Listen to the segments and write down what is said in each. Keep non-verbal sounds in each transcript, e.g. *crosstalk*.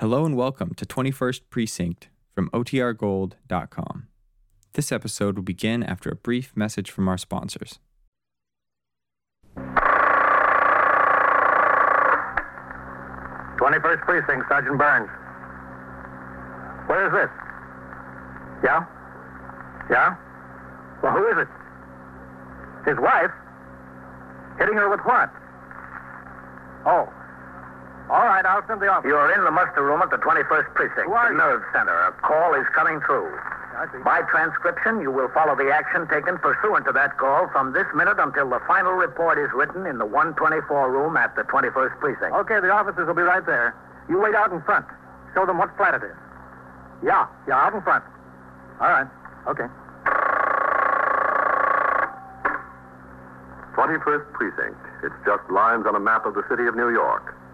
Hello and welcome to 21st Precinct from OTRGold.com. This episode will begin after a brief message from our sponsors. Twenty-first precinct, Sergeant Burns. Where is this? Yeah? Yeah? Well, who is it? His wife? Hitting her with what? Oh. All right, I'll send the officer. You're in the muster room at the 21st Precinct, Who are the you? nerve center. A call is coming through. I see. By transcription, you will follow the action taken pursuant to that call from this minute until the final report is written in the 124 room at the 21st Precinct. Okay, the officers will be right there. You wait out in front. Show them what flat it is. Yeah, yeah, out in front. All right. Okay. 21st Precinct. It's just lines on a map of the city of New York.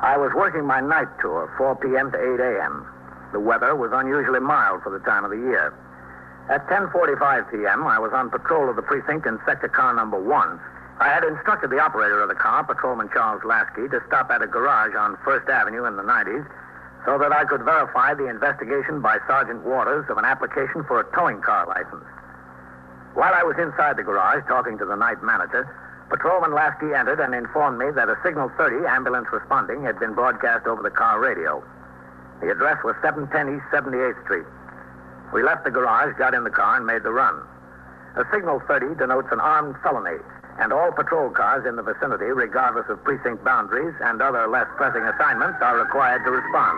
I was working my night tour, 4 p.m. to 8 a.m. The weather was unusually mild for the time of the year. At 10:45 p.m., I was on patrol of the precinct in sector car number one. I had instructed the operator of the car, Patrolman Charles Lasky, to stop at a garage on First Avenue in the 90s, so that I could verify the investigation by Sergeant Waters of an application for a towing car license. While I was inside the garage talking to the night manager, Patrolman Lasky entered and informed me that a Signal 30 ambulance responding had been broadcast over the car radio. The address was 710 East 78th Street. We left the garage, got in the car, and made the run. A signal 30 denotes an armed felony, and all patrol cars in the vicinity, regardless of precinct boundaries and other less pressing assignments, are required to respond.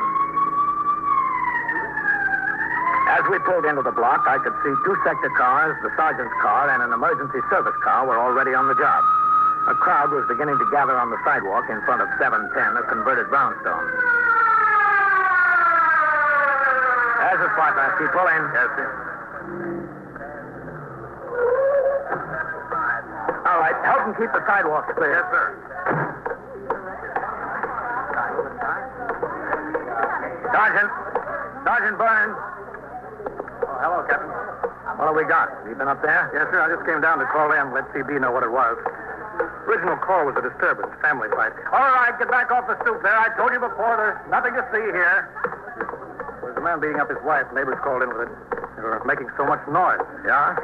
As we pulled into the block, I could see two sector cars, the sergeant's car, and an emergency service car were already on the job. A crowd was beginning to gather on the sidewalk in front of 710, a converted brownstone. There's the spot, Lasky. Pull in. Yes, sir. All right. Help them keep the sidewalk clear. Yes, sir. Sergeant. Sergeant Burns. Oh, hello, Captain. What have we got? Have you been up there? Yes, sir. I just came down to call in. Let CB know what it was. Original call was a disturbance, family fight. All right, get back off the stoop there. I told you before, there's nothing to see here. There's a man beating up his wife. Neighbors called in with it. They were making so much noise. Yeah?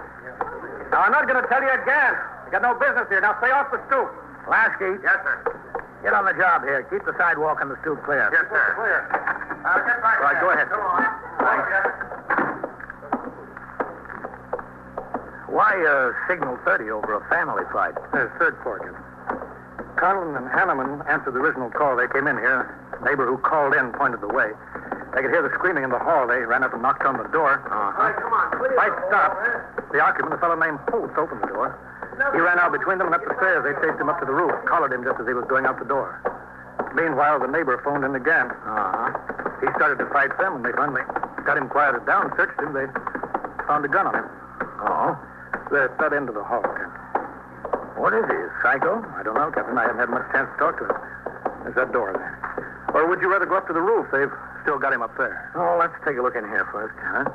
Now, I'm not going to tell you again. You got no business here. Now, stay off the stoop. Lasky. Yes, sir. Get on the job here. Keep the sidewalk and the stoop clear. Yes, sir. Clear. Now, get back Right, go ahead. Come on. Why uh, signal 30 over a family fight? There's third fork. Conlon and Hanneman answered the original call. They came in here. Neighbor who called in pointed the way. They could hear the screaming in the hall. They ran up and knocked on the door. Uh-huh. Fight stopped. The occupant, a fellow named Holtz, opened the door. He ran out between them and up the stairs. They chased him up to the roof, collared him just as he was going out the door. Meanwhile, the neighbor phoned in again. Uh-huh. He started to fight them, and they finally got him quieted down, searched him. They found a gun on him. Oh. They're at that end of the hall, Captain. What is he, a psycho? I don't know, Captain. I haven't had much chance to talk to him. There's that door there. Or would you rather go up to the roof? They've still got him up there. Oh, let's take a look in here first. Huh?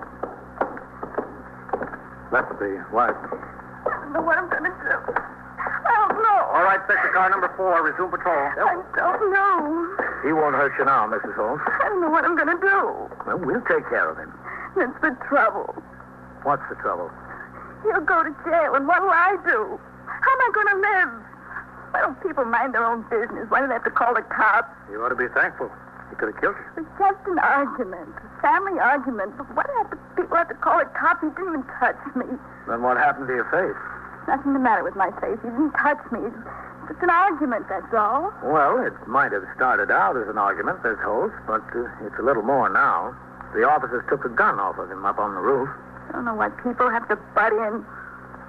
That's the wife. don't know what I'm going to do. I don't know. All right, sector car number four, resume patrol. Oh, I don't know. He won't hurt you now, Mrs. Holmes. I don't know what I'm going to do. Well, we'll take care of him. That's the trouble. What's the trouble? He'll go to jail, and what'll I do? How am I going to live? Why don't people mind their own business? Why do they have to call the cops? You ought to be thankful. He could have killed you. It's just an argument, a family argument. But why do have to, people have to call the cops? He didn't even touch me. Then what happened to your face? Nothing the matter with my face. He didn't touch me. It's just an argument, that's all. Well, it might have started out as an argument, says Holtz, but uh, it's a little more now. The officers took the gun off of him up on the roof. I don't know why people have to butt in.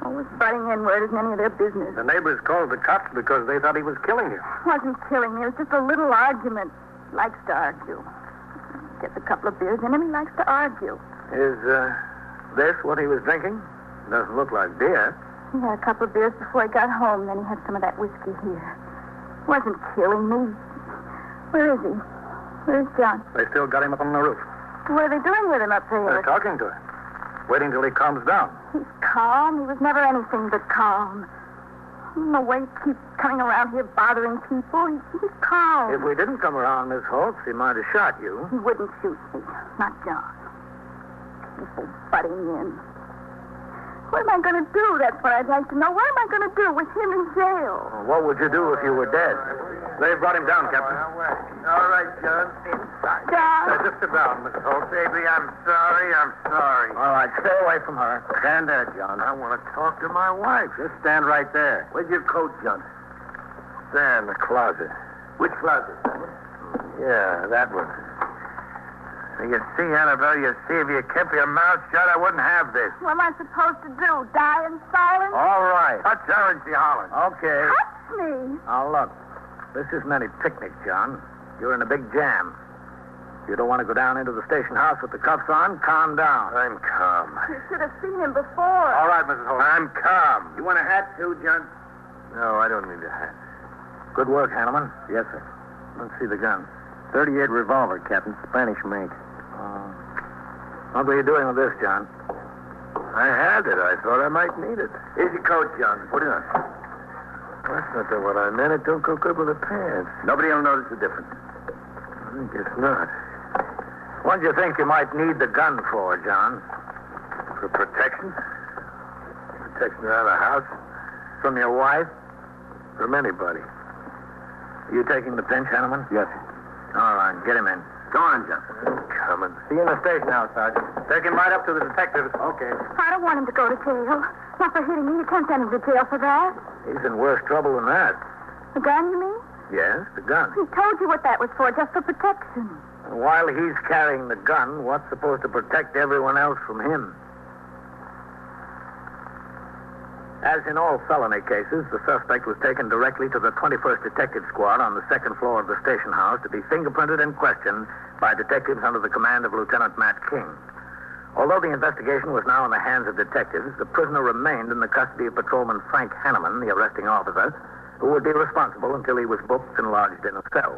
Always butting in where it isn't any of their business. The neighbors called the cops because they thought he was killing you. wasn't killing me. It was just a little argument. Likes to argue. Gets a couple of beers in him, he likes to argue. Is uh, this what he was drinking? Doesn't look like beer. He had a couple of beers before he got home, then he had some of that whiskey here. Wasn't killing me. Where is he? Where's John? They still got him up on the roof. What are they doing with him up They're there? talking to him, waiting till he calms down. He's calm. He was never anything but calm. I don't know why he keeps coming around here bothering people. He, he's calm. If we didn't come around, Miss Holtz, he might have shot you. He wouldn't shoot me. Not John. People butting in. What am I going to do? That's what I'd like to know. What am I going to do with him in jail? What would you do if you were dead? They've brought him down, Captain. All right, John. Inside. John, just about, Miss Holtz. Baby, I'm sorry. I'm sorry. All right, stay away from her. Stand there, John. I want to talk to my wife. Just stand right there. Where's your coat, John? There in the closet. Which closet? Yeah, that one. You see, Annabelle, you see, if you kept your mouth shut, I wouldn't have this. what am I supposed to do? Die in silence? All right. Touch her and she hollers. Okay. Touch me. Now, look. This isn't any picnic, John. You're in a big jam. If you don't want to go down into the station house with the cuffs on, calm down. I'm calm. You should have seen him before. right, Mrs. Holmes. I'm calm. You want a hat, too, John? No, I don't need a hat. Good work, Hanneman. Yes, sir. Let's see the gun. 38 revolver, Captain. Spanish make. Uh, what were you doing with this, John? I had it. I thought I might need it. Here's your coat, John. Put it on. That's not the one I meant. It don't go good with the pants. Nobody will notice the difference. I guess not. What do you think you might need the gun for, John? For protection? Protection around the house? From your wife? From anybody. You taking the pinch, Hanneman? Yes. All right, get him in. Go on, John. Coming. See you in the station house, Sergeant. Take him right up to the detective. Okay. I don't want him to go to jail. Not for hitting me. You can't send him to jail for that. He's in worse trouble than that. The gun, you mean? Yes, the gun. He told you what that was for, just for protection. And while he's carrying the gun, what's supposed to protect everyone else from him? As in all felony cases, the suspect was taken directly to the 21st Detective Squad on the second floor of the station house to be fingerprinted and questioned by detectives under the command of Lieutenant Matt King. Although the investigation was now in the hands of detectives, the prisoner remained in the custody of Patrolman Frank Hanneman, the arresting officer, who would be responsible until he was booked and lodged in a cell.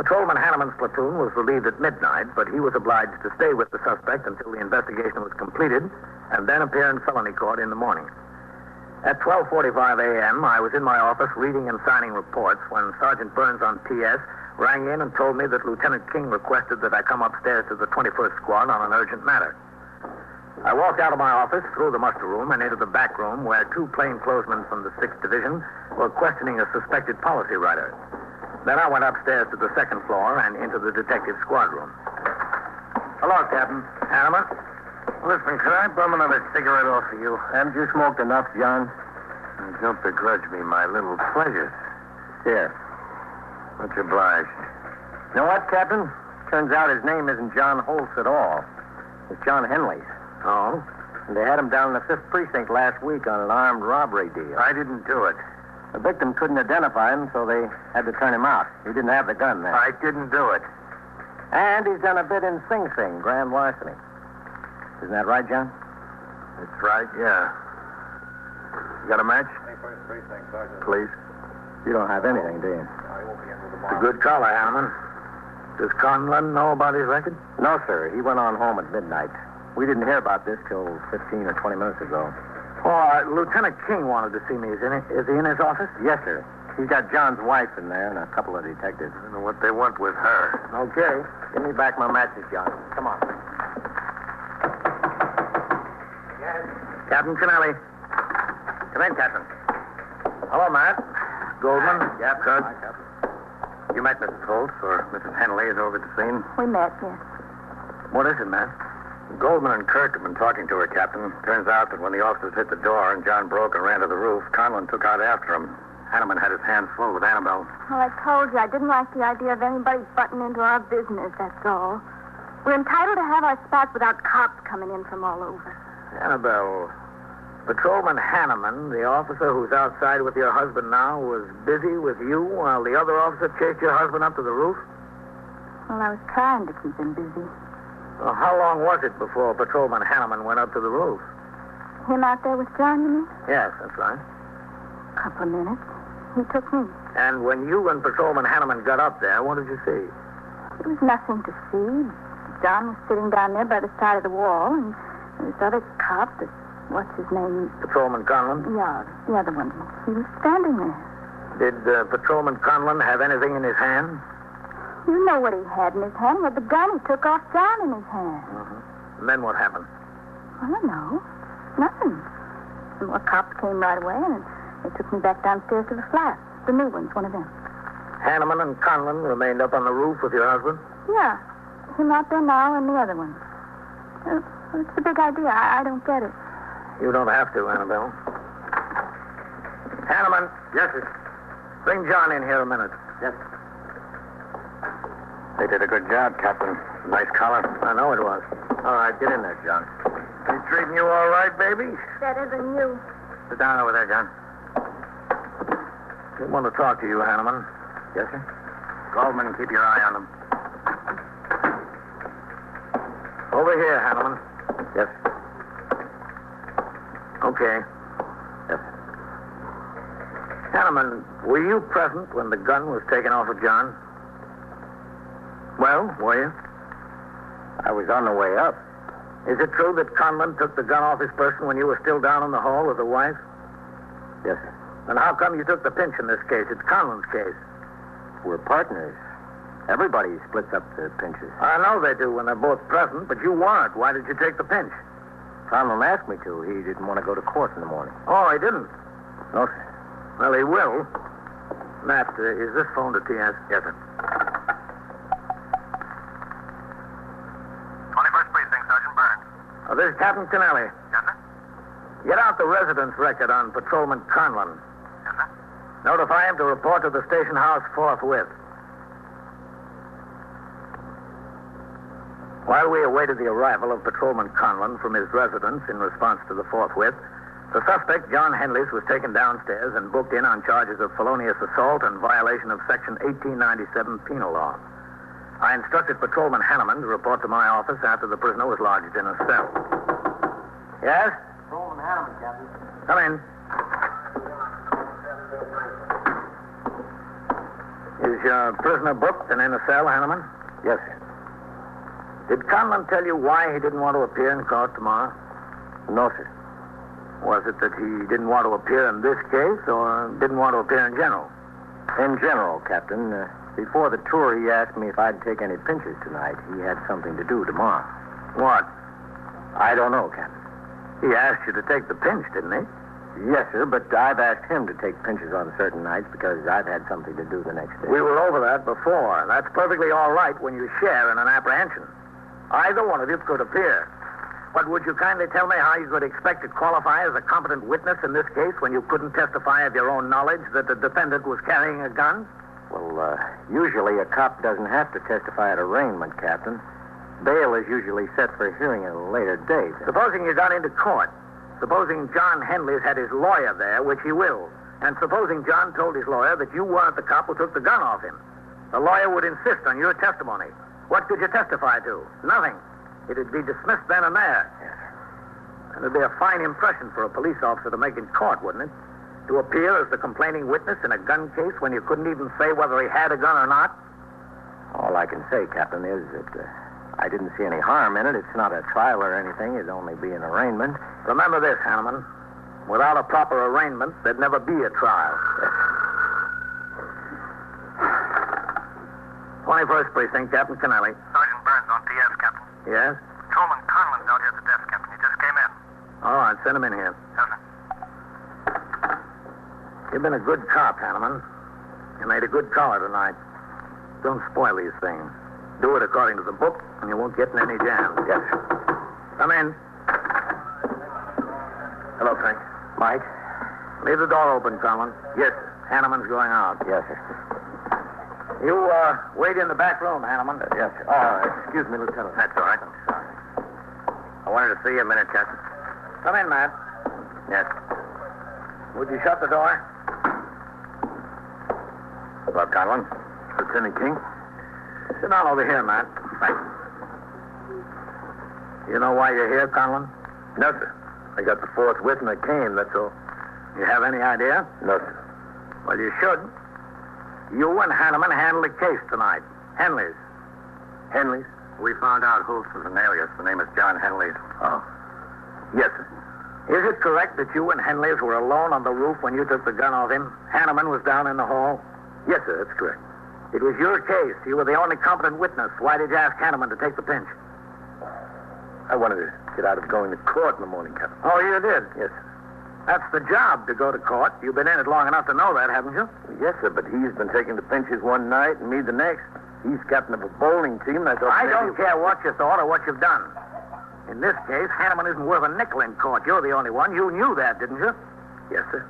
Patrolman Hanneman's platoon was relieved at midnight, but he was obliged to stay with the suspect until the investigation was completed and then appear in felony court in the morning. At 12:45 a.m., I was in my office reading and signing reports when Sergeant Burns on PS rang in and told me that Lieutenant King requested that I come upstairs to the 21st Squad on an urgent matter. I walked out of my office, through the muster room, and into the back room where two plainclothesmen from the 6th Division were questioning a suspected policy writer. Then I went upstairs to the second floor and into the detective squad room. Hello, Captain. Hanneman? Listen, could I bum another cigarette off of you? Haven't you smoked enough, John? Don't begrudge me my little pleasures. Yes. Much obliged. You know what, Captain? Turns out his name isn't John Holtz at all. It's John Henley's. Oh? And they had him down in the 5th Precinct last week on an armed robbery deal. I didn't do it. The victim couldn't identify him, so they had to turn him out. He didn't have the gun then. I didn't do it. And he's done a bit in Sing Sing, grand larceny. Isn't that right, John? That's right, yeah. You got a match? Please. You don't have anything, do you? It's a good collar, Hanneman. Does Conlon know about his record? No, sir. He went on home at midnight. We didn't hear about this till 15 or 20 minutes ago. Oh, uh, Lieutenant King wanted to see me. Is, in it, is he in his office? Yes, sir. He's got John's wife in there and a couple of detectives. I don't know what they want with her. Okay. Give me back my matches, John. Come on. Captain Kennelly. Come in, Captain. Hello, Matt. Goldman. Yep, Judge. Hi, You met Mrs. Holtz, or Mrs. Henley is over at the scene? We met, yes. What is it, Matt? Goldman and Kirk have been talking to her, Captain. Turns out that when the officers hit the door and John broke and ran to the roof, Conlon took out after him. Hanneman had his hands full with Annabelle. Well, I told you I didn't like the idea of anybody butting into our business, that's all. We're entitled to have our spot without cops coming in from all over. Annabelle. Patrolman Hanneman, the officer who's outside with your husband now, was busy with you while the other officer chased your husband up to the roof? Well, I was trying to keep him busy. Well, how long was it before Patrolman Hanneman went up to the roof? Him out there with John, you mean? Yes, that's right. Couple of minutes. He took me. And when you and Patrolman Hanneman got up there, what did you see? There was nothing to see. John was sitting down there by the side of the wall, and this other cop, this, what's his name? Patrolman Conlon? Yeah, the other one. He was standing there. Did uh, Patrolman Conlon have anything in his hand? You know what he had in his hand. Well, the gun he took off John in his hand. And then what happened? I don't know. Nothing. Some more cops came right away, and they took me back downstairs to the flat. The new one's one of them. Hanneman and Conlon remained up on the roof with your husband? Yeah. Him out there now and the other one. Uh, It's a big idea. I, I don't get it. You don't have to, Annabelle. Hanneman. Yes, sir. Bring John in here a minute. Yes. They did a good job, Captain. Nice collar. I know it was. All right, get in there, John. They treating you all right, baby? Better than you. Sit down over there, John. They want to talk to you, Hanneman. Yes, sir. Goldman, keep your eye on them. Over here, Hanneman. Yes. Okay. Yes. Hanneman, were you present when the gun was taken off of John? Well, were you? I was on the way up. Is it true that Conlon took the gun off his person when you were still down in the hall with the wife? Yes, sir. Then how come you took the pinch in this case? It's Conlon's case. We're partners. Everybody splits up the pinches. I know they do when they're both present, but you weren't. Why did you take the pinch? Conlon asked me to. He didn't want to go to court in the morning. Oh, he didn't? No, sir. Well, he will. Matt, uh, is this phone to TS? Yes, sir. 21st Precinct, Sergeant Burns. Uh, this is Captain Canelli. Yes, sir? Get out the residence record on Patrolman Conlon. Yes, sir. Notify him to report to the station house forthwith. While we awaited the arrival of Patrolman Conlon from his residence in response to the forthwith, the suspect, John Henleys, was taken downstairs and booked in on charges of felonious assault and violation of Section 1897 penal law. I instructed Patrolman Hanneman to report to my office after the prisoner was lodged in a cell. Yes? Patrolman Hanneman, Captain. Come in. Is your prisoner booked and in a cell, Hanneman? Yes, sir. Did Conlon tell you why he didn't want to appear in court tomorrow? No, sir. Was it that he didn't want to appear in this case or didn't want to appear in general? In general, Captain. Uh, before the tour, he asked me if I'd take any pinches tonight. He had something to do tomorrow. What? I don't know, Captain. He asked you to take the pinch, didn't he? Yes, sir, but I've asked him to take pinches on certain nights because I've had something to do the next day. We were over that before. That's perfectly all right when you share in an apprehension. Either one of you could appear. But would you kindly tell me how you could expect to qualify as a competent witness in this case when you couldn't testify of your own knowledge that the defendant was carrying a gun? Well, uh, usually a cop doesn't have to testify at arraignment, Captain. Bail is usually set for hearing at a later date. Supposing you got into court. Supposing John Henley's had his lawyer there, which he will. And supposing John told his lawyer that you weren't the cop who took the gun off him. The lawyer would insist on your testimony. What could you testify to? Nothing. It'd be dismissed then and there. And it'd be a fine impression for a police officer to make in court, wouldn't it? To appear as the complaining witness in a gun case when you couldn't even say whether he had a gun or not? All I can say, Captain, is that uh, I didn't see any harm in it. It's not a trial or anything. It'd only be an arraignment. Remember this, Hanneman. Without a proper arraignment, there'd never be a *laughs* trial. 21st Precinct, Captain Kennelly. Sergeant Burns on TS, Captain. Yes? Patrolman Conlon's out here at the desk, Captain. He just came in. All right, send him in here. Yes, sir. You've been a good cop, Hanneman. You made a good collar tonight. Don't spoil these things. Do it according to the book, and you won't get in any jams. Yes. Come in. Hello, Frank. Mike. Leave the door open, Conlon. Yes. Hanneman's going out. Yes, sir. You uh, wait in the back room, Hanneman. yes, sir. Uh, excuse me, Lieutenant. That's all right. I'm sorry. I wanted to see you a minute, Captain. Come in, Matt. Yes. Would you shut the door? Well, Conlon. Lieutenant King. Sit down over here, Matt. Thanks. You know why you're here, Conlon? No, sir. I got the fourth wit and I came, that's all. You have any idea? No, sir. Well, you should. You and Hanneman handled a case tonight. Henley's. Henley's? We found out Holtz was an alias. The name is John Henley's. Oh. Yes, sir. Is it correct that you and Henley's were alone on the roof when you took the gun off him? Hanneman was down in the hall. Yes, sir, that's correct. It was your case. You were the only competent witness. Why did you ask Hanneman to take the pinch? I wanted to get out of going to court in the morning, Captain. Oh, you did? Yes, sir. That's the job, to go to court. You've been in it long enough to know that, haven't you? Yes, sir, but he's been taking the pinches one night and me the next. He's captain of a bowling team, and I thought I maybe- don't care what you thought or what you've done. In this case, Hanneman isn't worth a nickel in court. You're the only one. You knew that, didn't you? Yes, sir.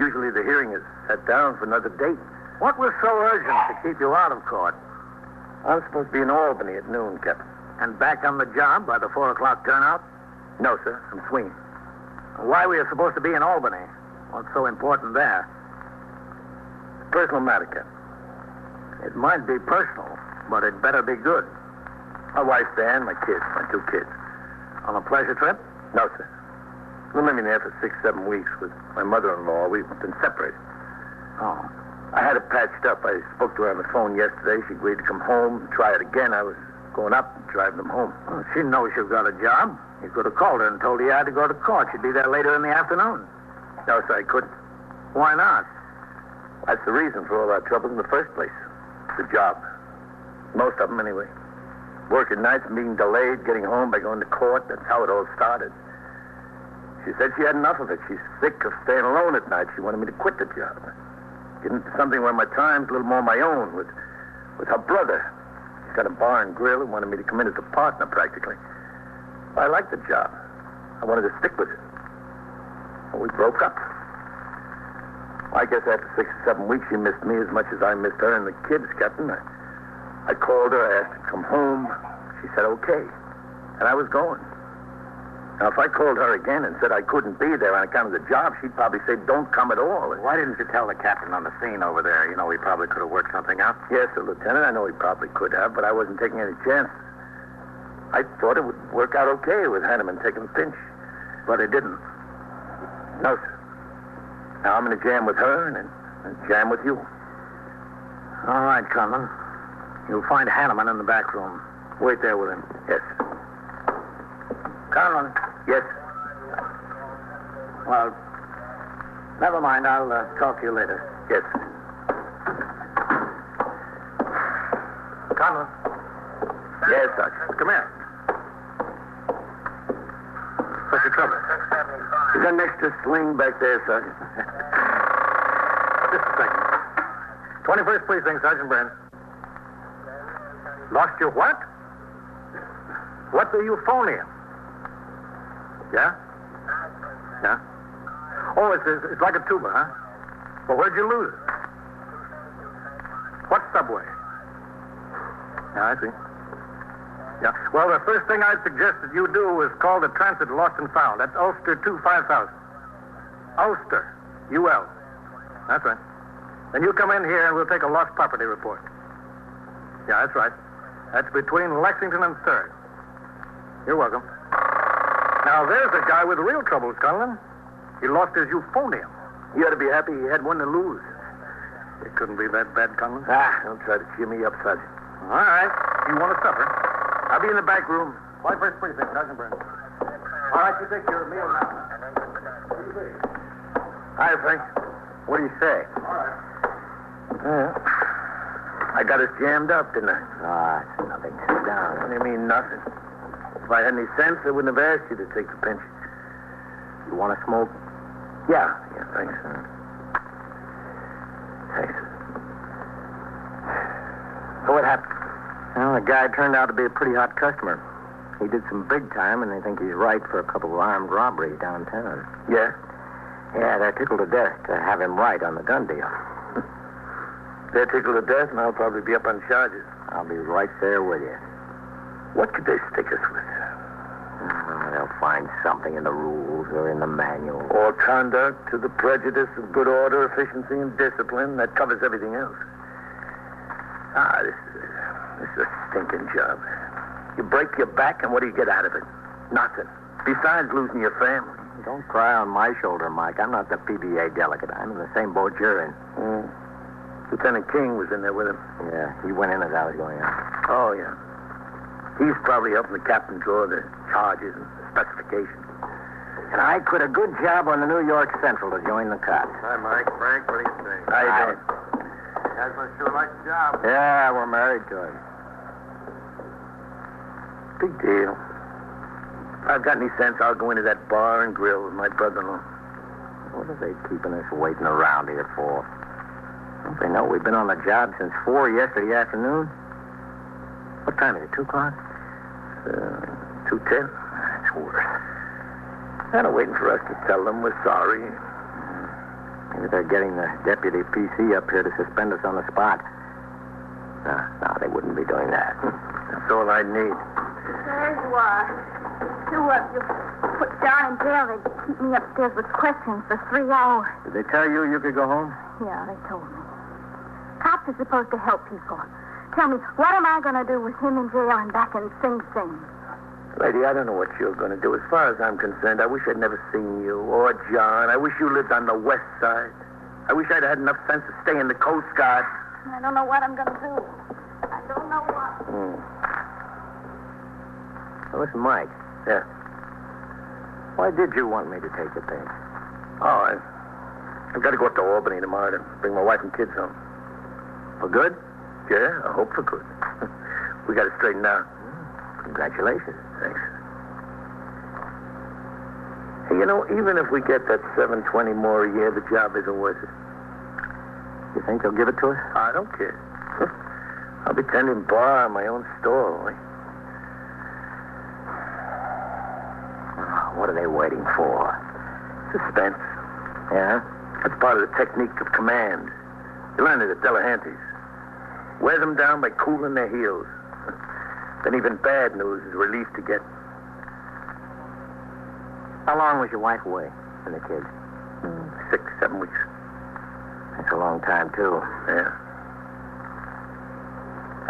Usually the hearing is set down for another date. What was so urgent to keep you out of court I'm supposed to be in Albany at noon, Captain. and back on the job by the four o'clock turnout? No, sir. I'm swinging. Why were you supposed to be in Albany? What's so important there? Personal matter, Captain. It might be personal, but it better be good. My wife, Dan, my kids, my two kids. On a pleasure trip? No, sir. We're living there for six, seven weeks with my mother-in-law. We've been separated. Oh. I had it patched up. I spoke to her on the phone yesterday. She agreed to come home and try it again. I was going up and driving them home. Well, she knows you've got a job. You could have called her and told her you had to go to court. She'd be there later in the afternoon. No, sir, I couldn't. Why not? That's the reason for all our trouble in the first place. The job. Most of them, anyway. Working nights, being delayed, getting home by going to court. That's how it all started. She said she had enough of it. She's sick of staying alone at night. She wanted me to quit the job. Get into something where my time's a little more my own with, with her brother. She's got a bar and grill and wanted me to come in as a partner, practically. I liked the job. I wanted to stick with it. Well, we broke up. I guess after six or seven weeks, she missed me as much as I missed her and the kids, Captain. I, I called her, I asked her to come home. She said okay, and I was going. Now, if I called her again and said I couldn't be there on account of the job, she'd probably say, don't come at all. Why didn't you tell the captain on the scene over there? You know, we probably could have worked something out. Yes, sir, Lieutenant, I know he probably could have, but I wasn't taking any chances. I thought it would work out okay with Hanneman taking the pinch. But it didn't. No, sir. Now I'm in a jam with her and in a jam with you. All right, Conlon. You'll find Hanneman in the back room. Wait there with him. Yes, sir. Conlon, Yes, sir. well, never mind. I'll uh, talk to you later. Yes, sir. Conlon. Yes, Sergeant. Come here. What's the trouble? Is that an extra sling back there, Sergeant? *laughs* Just a second. 21st Precinct, Sergeant Brand. Lost your what? What were you phoning? Yeah? Yeah? Oh, it's, it's, it's like a tuba, huh? Well, where'd you lose it? What subway? Yeah, I see. Yeah. Well, the first thing I'd suggest that you do is call the transit lost and found. That's Ulster 25000. Ulster, UL. That's right. Then you come in here and we'll take a lost property report. Yeah, that's right. That's between Lexington and Surrey. You're welcome. Now, there's a guy with real troubles, Conlon. He lost his euphonium. You ought to be happy he had one to lose. It couldn't be that bad, Conlon. Ah, don't try to cheer me up, Sergeant. All right. You want to suffer? I'll be in the back room. Why first precinct, Sergeant Brown? All right, you take your meal now. Hi, Frank. What do you say? All right. I got us jammed up, didn't I? Ah, it's nothing. Sit What down. do you mean, nothing? If I had any sense, I wouldn't have asked you to take the pinch. You want to smoke? Mm-hmm. Yeah, yeah, thanks. Thanks. So what happened? Well, the guy turned out to be a pretty hot customer. He did some big time, and they think he's right for a couple of armed robberies downtown. Yeah? Yeah, they're tickled to death to have him right on the gun deal. They're tickled to death, and I'll probably be up on charges. I'll be right there with you. What could they stick us with? Ah, they'll find something in the rules or in the manual. Or conduct to the prejudice of good order, efficiency, and discipline. That covers everything else. Ah, this is, this is a stinking job. You break your back, and what do you get out of it? Nothing. Besides losing your family. Don't cry on my shoulder, Mike. I'm not the PBA delegate. I'm in the same boat you're in. Mm. Lieutenant King was in there with him. Yeah, he went in as I was going out. Oh, yeah. He's probably helping the captain draw the charges and specifications. And I quit a good job on the New York Central to join the cops. Hi, Mike. Frank, what do you think? How you I- doing? You guys must sure like the job. Yeah, we're married to him. Big deal. If I've got any sense, I'll go into that bar and grill with my brother-in-law. What are they keeping us waiting around here for? Don't they know we've been on the job since four yesterday afternoon? What time is it? Two o'clock? Uh, Two ten? That's worse. They're not waiting for us to tell them we're sorry. Maybe they're getting the deputy PC up here to suspend us on the spot. No, Ah, no, they wouldn't be doing that. That's all I need. There you are. Two of you put down in jail. They keep me upstairs with questions for three hours. Did they tell you you could go home? Yeah, they told me. Cops are supposed to help people. Tell me, what am I going to do with him in jail and back in Sing Sing? Lady, I don't know what you're going to do. As far as I'm concerned, I wish I'd never seen you or John. I wish you lived on the west side. I wish I'd had enough sense to stay in the Coast Guard. I don't know what I'm going to do. I don't know what. Now, Hmm. listen, Mike. Yeah. Why did you want me to take the thing? Oh, I, I've got to go up to Albany tomorrow to bring my wife and kids home. For good? Yeah, I hope for good. *laughs* we got to straighten out. Hmm. Congratulations. Thanks. Hey, you know, even if we get that 720 more a year, the job isn't worth it. You think they'll give it to us? I don't care. *laughs* I'll be tending bar in my own store. eh? Ah, Oh, what are they waiting for? Suspense. Yeah? That's part of the technique of command. You learn it at Delahanty's. Wear them down by cooling their heels. *laughs* Then even bad news is relief to get. How long was your wife away and the kids? Six, seven weeks. That's a long time, too. Yeah.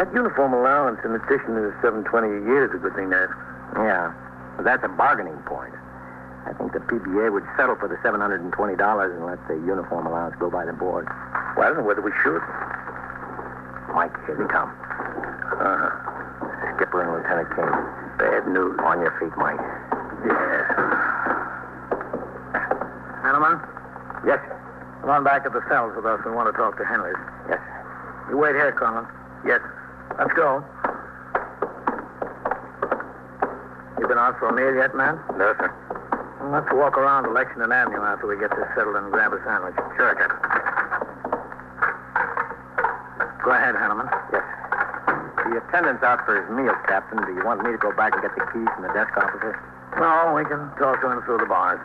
That uniform allowance, in addition to the 720 a year, is a good thing to have. Yeah. But that's a bargaining point. I think the PBA would settle for the $720 and let the uniform allowance go by the board. Well, I don't know whether we should. Mike, here they come. Uh-huh. Skipper and Lieutenant King. Bad news. On your feet, Mike. Yeah. Gentlemen? Yes, sir. Come on back to the cells with us. We want to talk to Henry. Yes, sir. You wait here, Conlon. Yes. Let's go. You been out for a meal yet, man? No, sir. Well, let's walk around to Lexington Avenue after we get this settled and grab a sandwich. Sure, Captain. Go ahead, Hanneman. Yes. The attendant's out for his meal, Captain. Do you want me to go back and get the keys from the desk officer? No, we can talk to him through the bars.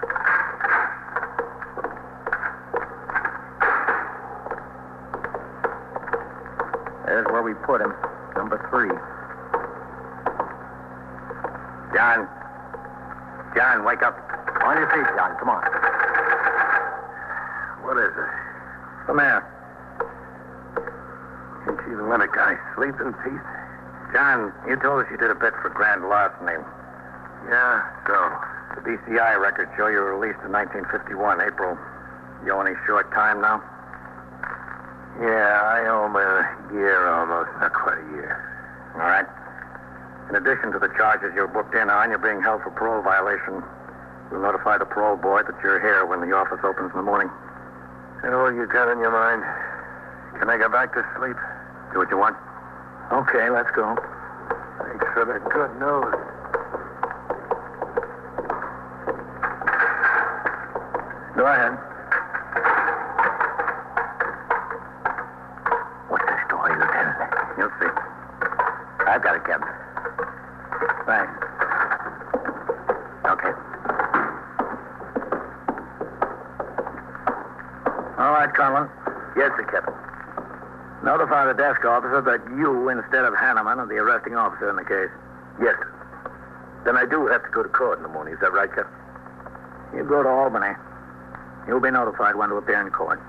There's where we put him. Number three. John. John, wake up. On your feet, John. Come on. What is it? Come here. Can't you let a guy sleep in peace? John, you told us you did a bit for grand larceny. Yeah, so. The BCI records show you were released in 1951, April. You owe any short time now? Yeah, I owe him a year almost, not quite a year. All right. In addition to the charges you're booked in on, you're being held for parole violation. We'll notify the parole board that you're here when the office opens in the morning. And all you got in your mind? Can I go back to sleep? Do what you want. Okay, let's go. Thanks for the good news. Go ahead. What's the story, Lieutenant? You'll see. I've got it, Captain. Thanks. Okay. All right, Conlon. Yes, sir, Captain. Notify the desk officer that you, instead of Hanneman, are the arresting officer in the case. Yes, sir. Then I do have to go to court in the morning. Is that right, Captain? You go to Albany. You'll be notified when to appear in court.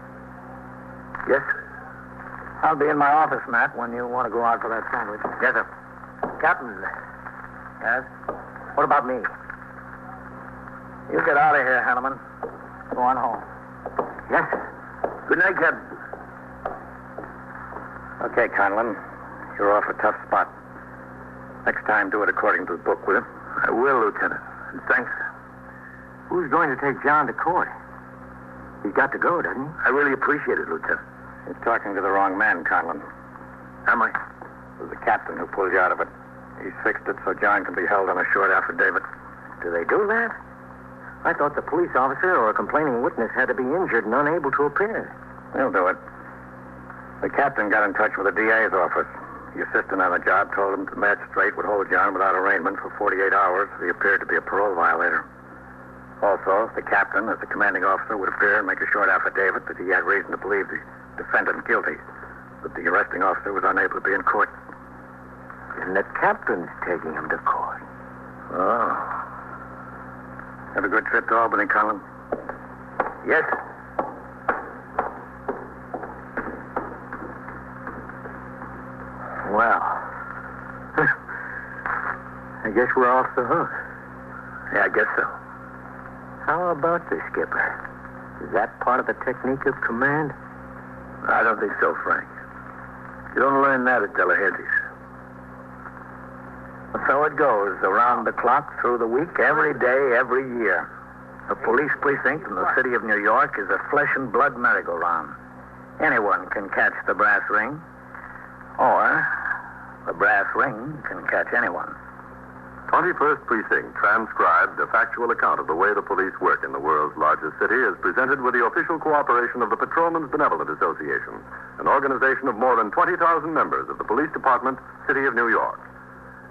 Yes, sir. I'll be in my office, Matt, when you want to go out for that sandwich. Yes, sir. Captain. Yes? What about me? You get out of here, Hanneman. Go on home. Yes. Good night, Captain. Okay, Conlon. You're off a tough spot. Next time, do it according to the book, will you? I will, Lieutenant. And Thanks. Who's going to take John to court? He's got to go, doesn't he? I really appreciate it, Lieutenant. You're talking to the wrong man, Conlon. Am I? It was the captain who pulled you out of it. He fixed it so John can be held on a short affidavit. Do they do that? I thought the police officer or a complaining witness had to be injured and unable to appear. They'll do it. The captain got in touch with the DA's office. The assistant on the job told him the magistrate would hold John without arraignment for 48 hours if he appeared to be a parole violator. Also, the captain, as the commanding officer, would appear and make a short affidavit that he had reason to believe the defendant guilty, but the arresting officer was unable to be in court. And the captain's taking him to court. Oh. Have a good trip to Albany, Colin. Yes. Well. *laughs* I guess we're off the hook. Yeah, I guess so. How about the skipper? Is that part of the technique of command? I don't think so, Frank. You don't learn that at Delahunty's. So it goes, around the clock, through the week, every day, every year. The police precinct in the city of New York is a flesh and blood merry-go-round. Anyone can catch the brass ring, or the brass ring can catch anyone. 21st Precinct, transcribed, a factual account of the way the police work in the world's largest city, is presented with the official cooperation of the Patrolmen's Benevolent Association, an organization of more than 20,000 members of the Police Department, City of New York.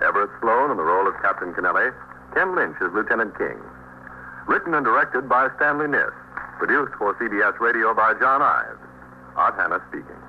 Everett Sloan in the role of Captain Kennelly, Ken Lynch as Lieutenant King. Written and directed by Stanley Niss. Produced for CBS Radio by John Ives. Art Hanna speaking.